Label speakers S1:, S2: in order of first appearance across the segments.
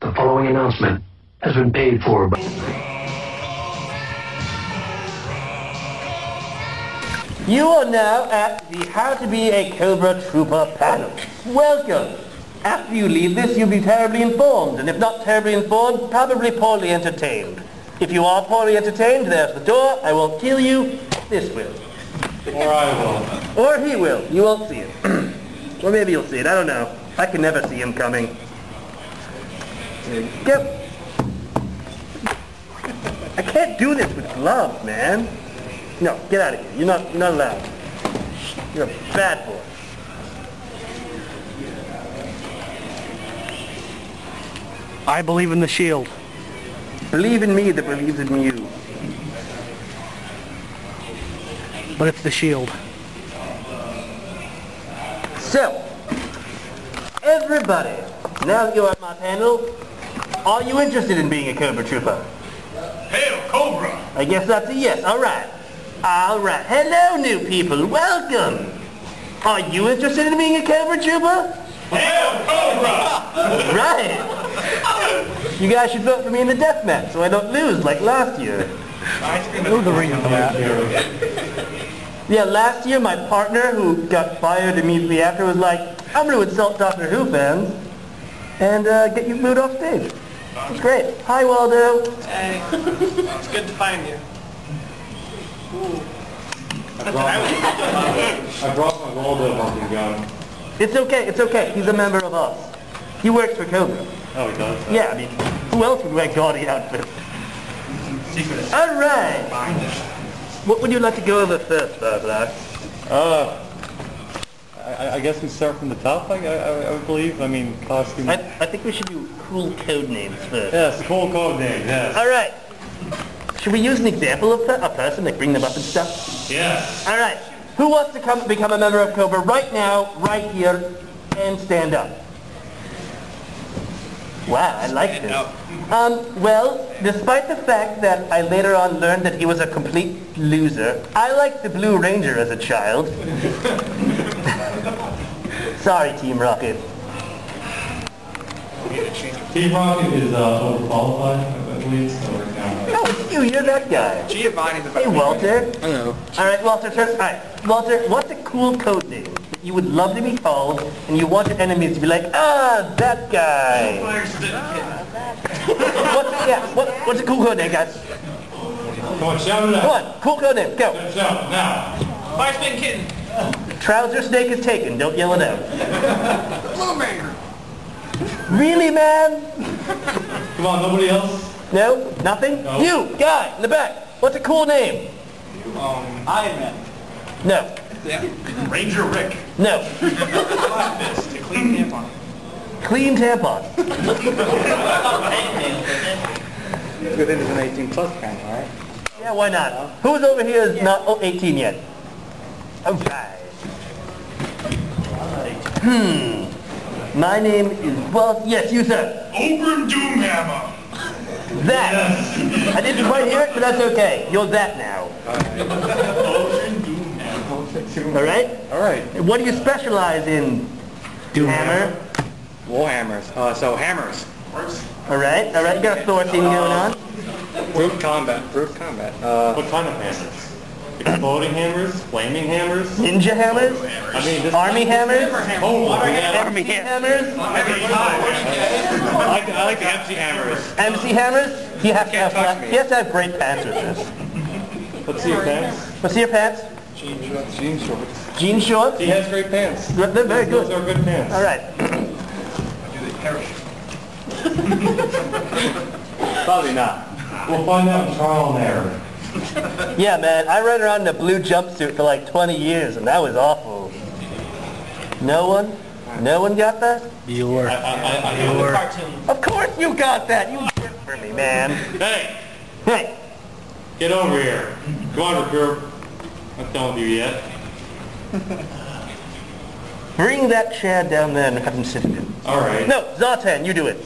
S1: The following announcement has been paid for by.
S2: You are now at the How to Be a Cobra Trooper panel. Welcome. After you leave this, you'll be terribly informed, and if not terribly informed, probably poorly entertained. If you are poorly entertained, there's the door. I won't kill you. This will.
S3: Or I
S2: Or he will. You won't see it. or maybe you'll see it. I don't know. I can never see him coming. There you go. I can't do this with gloves, man. No, get out of here. You're not, you're not allowed. You're a bad boy.
S4: I believe in the shield.
S2: Believe in me that believes in you.
S4: But it's the shield.
S2: So, everybody, now that you're at my panel, are you interested in being a Cobra Trooper?
S3: will. Hail Cobra!
S2: I guess that's a yes. All right. All right. Hello, new people. Welcome. Are you interested in being a Cobra Trooper?
S3: Hail Cobra!
S2: Right. You guys should vote for me in the death match so I don't lose like last year.
S4: Ooh, the ring of that.
S2: Yeah, last year my partner, who got fired immediately after, was like, I'm going to insult Doctor Who fans and uh, get you booed off stage. It's great. Hi, Waldo.
S5: Hey, it's good to find you.
S3: I brought my Waldo hunting gun.
S2: It's okay, it's okay. He's a member of us. He works for Cobra.
S3: Oh, he does?
S2: Yeah, I mean, who else would wear gaudy outfits?
S5: Secret.
S2: All right. What would you like to go over first, Barbara?
S3: Uh, I, I guess we start from the top, I, I, I would believe. I mean, costume.
S2: I, I think we should do cool code names first.
S3: yes, cool code name, yes.
S2: All right. Should we use an example of per- a person, like bring them up and stuff?
S3: Yes.
S2: All right. Who wants to come become a member of Cobra right now, right here, and stand up? Wow, I like this. Um, well, despite the fact that I later on learned that he was a complete loser, I liked the Blue Ranger as a child. Sorry, Team Rocket.
S3: Team Rocket is uh, overqualified, I believe, so we're down.
S2: Oh, it's you, you're that guy.
S5: Giovanni's about
S2: Hey, Walter.
S5: Hello.
S2: All right, Walter. Turn, all right, Walter. What's a cool code name that you would love to be called, and you want your enemies to be like, ah, that guy. What's yeah? What, what's a cool code name, guys?
S3: Come on, shout it
S2: Come
S3: out.
S2: on, cool code name. Go.
S3: Shout, now.
S5: Fire spin kitten.
S2: Trouser snake is taken. Don't yell it out.
S5: Blue man.
S2: Really, man?
S3: Come on, nobody else?
S2: No, nothing.
S3: No.
S2: You, guy in the back. What's a cool name?
S5: Um, Iron Man.
S2: No,
S5: Yeah. Ranger Rick.
S2: no.
S5: Fist to clean tampon.
S2: Clean tampon.
S5: Within is an 18 plus kind, right?
S2: Yeah, why not? Who's over here is not oh, 18 yet? Okay. Hmm. My name is well. Yes, you sir.
S3: Oberon Doomhammer!
S2: That. I didn't quite hear it, but that's okay. You're that now. All right.
S6: All right,
S2: What do you specialize in? Hammer.
S6: Warhammers. Uh, so hammers.
S2: All right. All right. You got a Thor thing going on.
S6: Group combat. Group combat. Uh,
S3: What kind of hammers? Exploding hammers? Flaming hammers?
S2: Ninja hammers.
S3: I mean, this...
S2: Army hammers.
S3: Oh, yeah.
S2: Army hammers.
S6: I like the, I like the MC hammers.
S2: MC hammers. You have to have
S6: Can't touch
S2: black.
S6: me.
S2: You have to have great pants with this.
S3: Let's see your pants.
S2: What's your pants?
S6: Jeans, jean shorts.
S2: Jean shorts.
S3: He has great pants.
S2: They're they're very
S3: Those
S2: good.
S3: are good pants.
S2: All right.
S3: Probably not. We'll find out in trial and error.
S2: Yeah, man. I ran around in a blue jumpsuit for like 20 years, and that was awful. No one, no one got that.
S4: Your
S3: I, I, I, I,
S5: Cartoon.
S2: Of course you got that. You did it for me, man.
S3: Hey,
S2: Hey,
S3: get over here. Come on, recruit. I'm done with you yet.
S2: bring that chair down there and have him sit in it.
S3: All right.
S2: No, Zartan, you do it.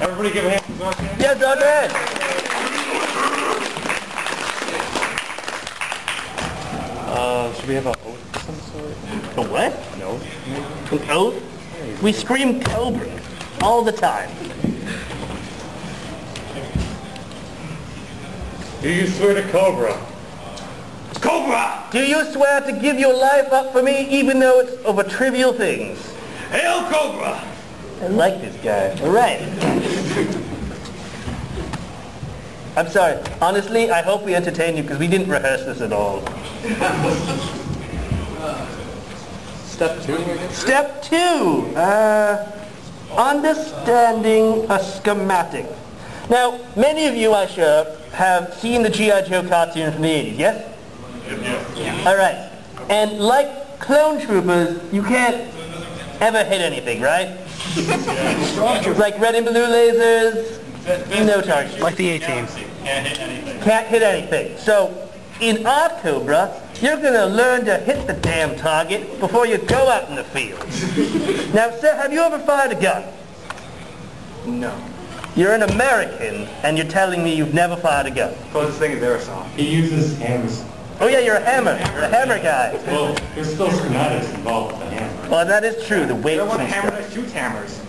S3: Everybody give a hand. to Zartan.
S2: Yeah, Zartan.
S3: Uh, should we have a oath of some sort?
S2: A what?
S3: No.
S2: An oath? We scream Cobra. all the time.
S3: Do you swear to Cobra?
S6: Cobra!
S2: Do you swear to give your life up for me even though it's over trivial things?
S6: Hail Cobra!
S2: I like this guy. All right. I'm sorry. Honestly, I hope we entertain you because we didn't rehearse this at all.
S5: Step two, I guess?
S2: Step two, uh, understanding a schematic. Now, many of you, I'm sure, have seen the G.I. Joe cartoon from the 80s, yes? Yeah. All right. And like clone troopers, you can't ever hit anything, right? It's like red and blue lasers, no target.
S4: Like the A-Team.
S6: Can't hit anything.
S2: Can't hit anything. So, in our Cobra, you're going to learn to hit the damn target before you go out in the field. Now, sir, have you ever fired a gun? No. You're an American, and you're telling me you've never fired a gun.
S5: Closest thing is aerosol.
S3: He uses hammers.
S2: Oh yeah, you're a hammer, the hammer guy.
S3: Well, there's still schematics involved with the hammer.
S2: Well, that is true. The
S5: You
S2: weight.
S5: don't want
S2: and
S5: hammer
S2: stuff.
S5: that shoots hammers.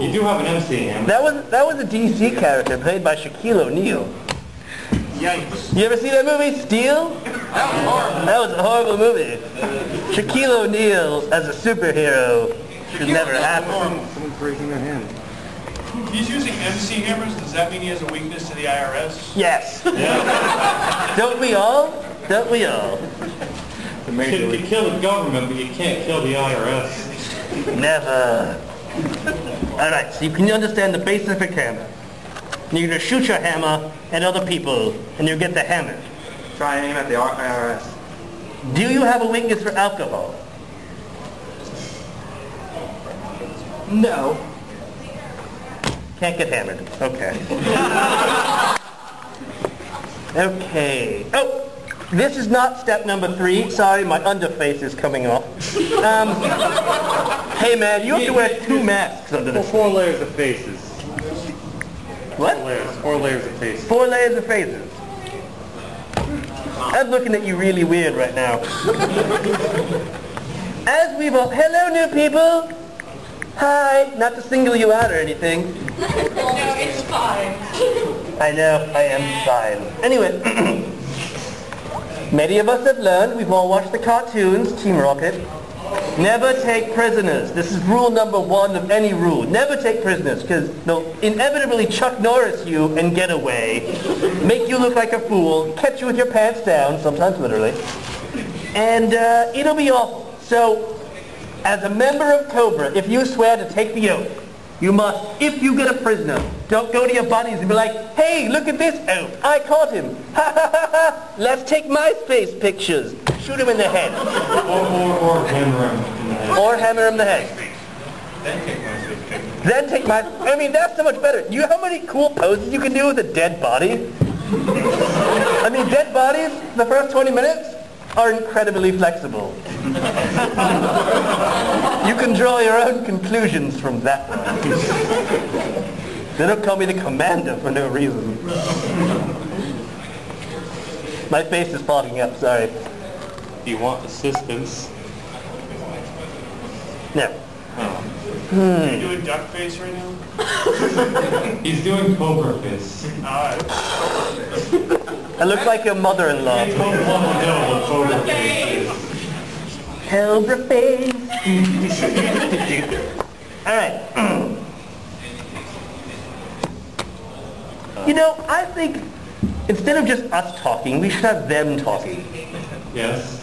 S3: You do have an MC hammer.
S2: That was that was a DC character played by Shaquille O'Neal.
S5: Yikes.
S2: You ever see that movie Steel?
S5: That was horrible.
S2: That was a horrible movie. Shaquille O'Neal as a superhero should never happen.
S5: Someone's breaking their hand.
S6: He's using MC hammers. Does that mean he has a weakness to the IRS?
S2: Yes. Don't we all? Don't we all?
S5: The
S3: You
S5: major
S3: can
S5: league.
S3: kill the government, but you can't kill the IRS.
S2: Never. All right, so you can understand the basis of a hammer. You're gonna shoot your hammer at other people, and you get the hammer.
S5: Try and aim at the R- uh, IRS.
S2: Do you have a weakness for alcohol?
S5: No.
S2: Can't get hammered. Okay. okay. Oh, this is not step number three. Sorry, my underface is coming off. Um, hey man, you have to wear two masks under
S3: Well,
S2: this.
S3: four layers of faces. Four
S2: What?
S3: layers. Four layers of faces.
S2: Four layers of faces. I'm looking at you really weird right now. As we vote, hello new people. Hi, not to single you out or anything.
S7: No, it's fine.
S2: I know, I am fine. Anyway, many of us have learned, we've all watched the cartoons, Team Rocket. Never take prisoners. This is rule number one of any rule. Never take prisoners, because they'll inevitably Chuck Norris you and get away, make you look like a fool, catch you with your pants down, sometimes literally, and uh, it'll be awful. So, as a member of Cobra, if you swear to take the oath, you must, if you get a prisoner, don't go to your buddies and be like, hey, look at this oaf. I caught him. Ha ha ha ha. Let's take MySpace pictures. Shoot him in the head.
S3: Or, or, or hammer him in the head.
S2: Or hammer him in the head. Then take my... I mean, that's so much better. You know how many cool poses you can do with a dead body? I mean, dead bodies, the first 20 minutes, are incredibly flexible. you can draw your own conclusions from that one. they don't call me the commander for no reason. My face is fogging up, sorry.
S3: If you want assistance,
S2: No.
S6: Are you doing duck face right now?
S3: he's doing Cobra Fist.
S6: Alright.
S2: I look like your mother-in-law.
S3: Cobra Hill with Cobra Fist.
S2: Cobra face. All right. You know, I think instead of just us talking, we should have them talking.
S3: Yes.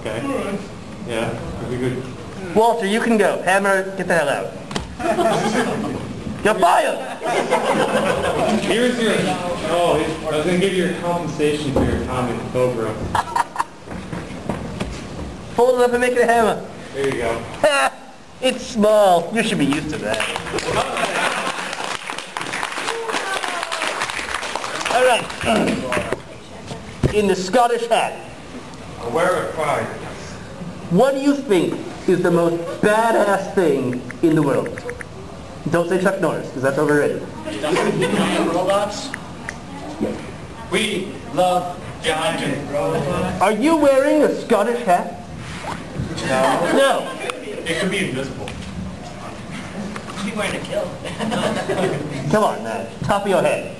S3: Okay. Yeah, that'd be good.
S2: Walter, you can go. Hammer, get the hell out. You're fired.
S3: Here's your, oh, here's- I was gonna give you your compensation for your time in Cobra.
S2: Fold it up and make it a hammer.
S3: There you go.
S2: Ha! It's small. You should be used to that. All right. In the Scottish hat,
S5: Aware of pride.
S2: what do you think is the most badass thing in the world? Don't say Chuck Norris, because that's overrated.
S5: Robots? We love giant robots.
S2: Are you wearing a Scottish hat? No. No.
S6: It could be invisible.
S5: should be wearing a kilt.
S2: Come on, man. Top of your head.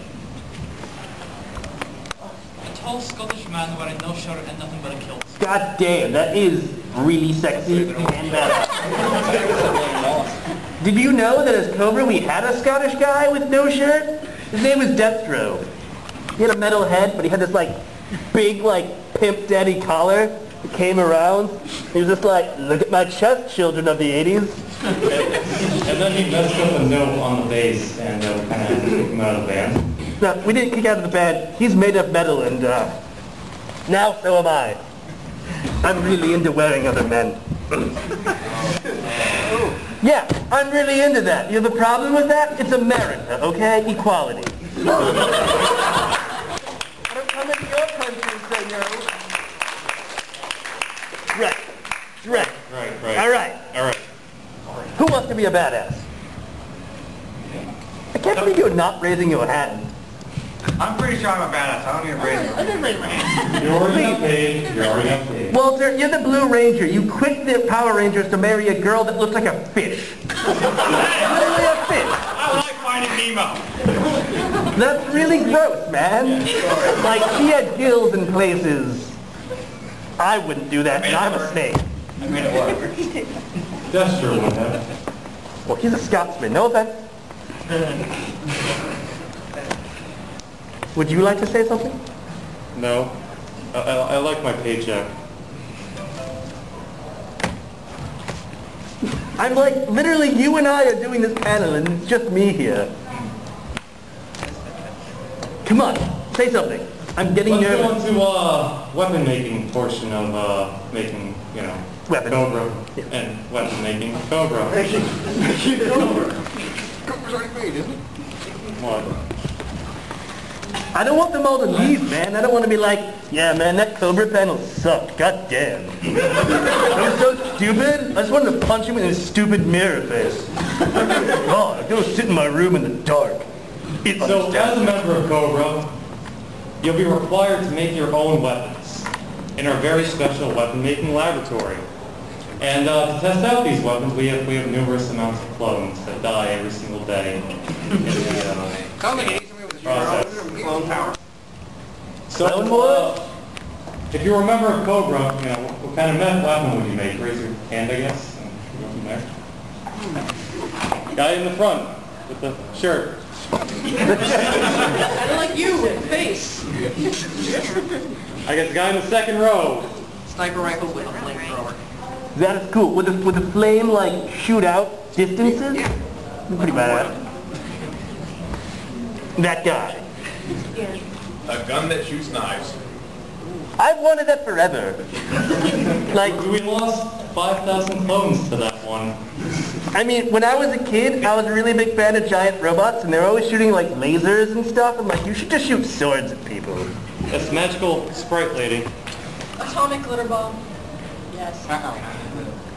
S5: A tall Scottish man wearing no shirt and nothing but a kilt.
S2: God damn, that is really sexy and bad. Did you know that as Cobra we had a Scottish guy with no shirt? His name was Deathstroke. He had a metal head, but he had this like big like pimp daddy collar that came around. He was just like, look at my chest, children of the 80s.
S3: And then he messed up a note on the bass and uh, kind of kicked him out of the band.
S2: No, we didn't kick out of the band. He's made of metal and uh, now so am I. I'm really into wearing other men. yeah, I'm really into that. You know the problem with that? It's America, okay? Equality. I don't come into your country and say no. Right. Right.
S3: Right, right.
S2: All right.
S3: All right.
S2: Who wants to be a badass? I can't believe you're not raising your hand.
S5: I'm pretty sure I'm a badass. I don't need a brain.
S3: You're already up paid. You're already up paid.
S2: Walter, you're the Blue Ranger. You quit the Power Rangers to marry a girl that looks like a fish. Literally a fish.
S6: I like Finding Nemo.
S2: That's really gross, man. Like, she had gills in places. I wouldn't do that, and I'm a snake.
S5: I made it work.
S3: That's true, what happened?
S2: Well, he's a Scotsman, no offense. Would you like to say something?
S3: No. I, I, I like my paycheck.
S2: I'm like, literally, you and I are doing this panel, and it's just me here. Come on, say something. I'm getting
S3: Let's
S2: nervous.
S3: go into uh, weapon making portion of uh, making, you know,
S2: Weapons.
S3: Cobra and weapon making Cobra. Making Cobra. Cobra's already made, isn't it?
S2: I don't want them all to leave, man. I don't want to be like, yeah, man, that Cobra panel sucked. God damn. I was so stupid. I just wanted to punch him in his stupid mirror face. God, I go sit in my room in the dark. It
S3: What? So as a member of Cobra, you'll be required to make your own weapons in our very special weapon making laboratory. And uh, to test out these weapons, we have we have numerous amounts of clones that die every single day. in the, uh,
S5: Sounds like Asian with a
S3: Process.
S5: clone power.
S3: So,
S2: Clone Wars?
S3: uh, if you remember Cobra, you know, what kind of meth weapon would you make? Raise your hand, I guess. and we'll go from there. Guy in the front with the shirt.
S7: I like you with face.
S3: I got the guy in the second row.
S5: Sniper rifle with a flamethrower.
S2: That is cool. With the, with the flame, like, shoot out distances? Pretty badass. That guy.
S6: A gun that shoots knives.
S2: I've wanted that forever. like,
S3: We lost 5,000 clones to that one.
S2: I mean, when I was a kid, I was a really big fan of giant robots, and they were always shooting, like, lasers and stuff. I'm like, you should just shoot swords at people.
S3: That's magical sprite lady.
S7: Atomic glitter bomb. Yes.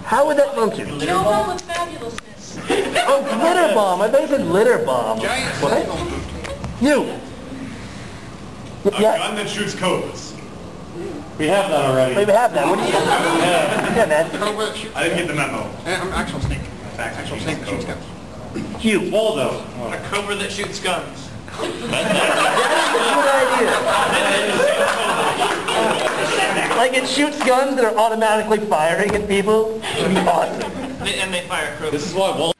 S2: How would that function?
S7: Kill them with fabulousness.
S2: Oh, glitter bomb. I thought you said litter bomb.
S5: Giant
S2: What? You. Y-
S6: A
S2: Yeah,
S6: gun that shoots cobras.
S3: We have that
S2: we
S3: already.
S2: have that. What do you Yeah, man.
S6: I didn't get the memo.
S5: uh, Actual snake. Actual snake that shoots guns.
S2: You.
S3: Waldo.
S6: A cobra that shoots guns.
S2: Good idea. Like it shoots guns that are automatically firing at people. Awesome.
S6: And they fire cobras.
S3: This is why Waldo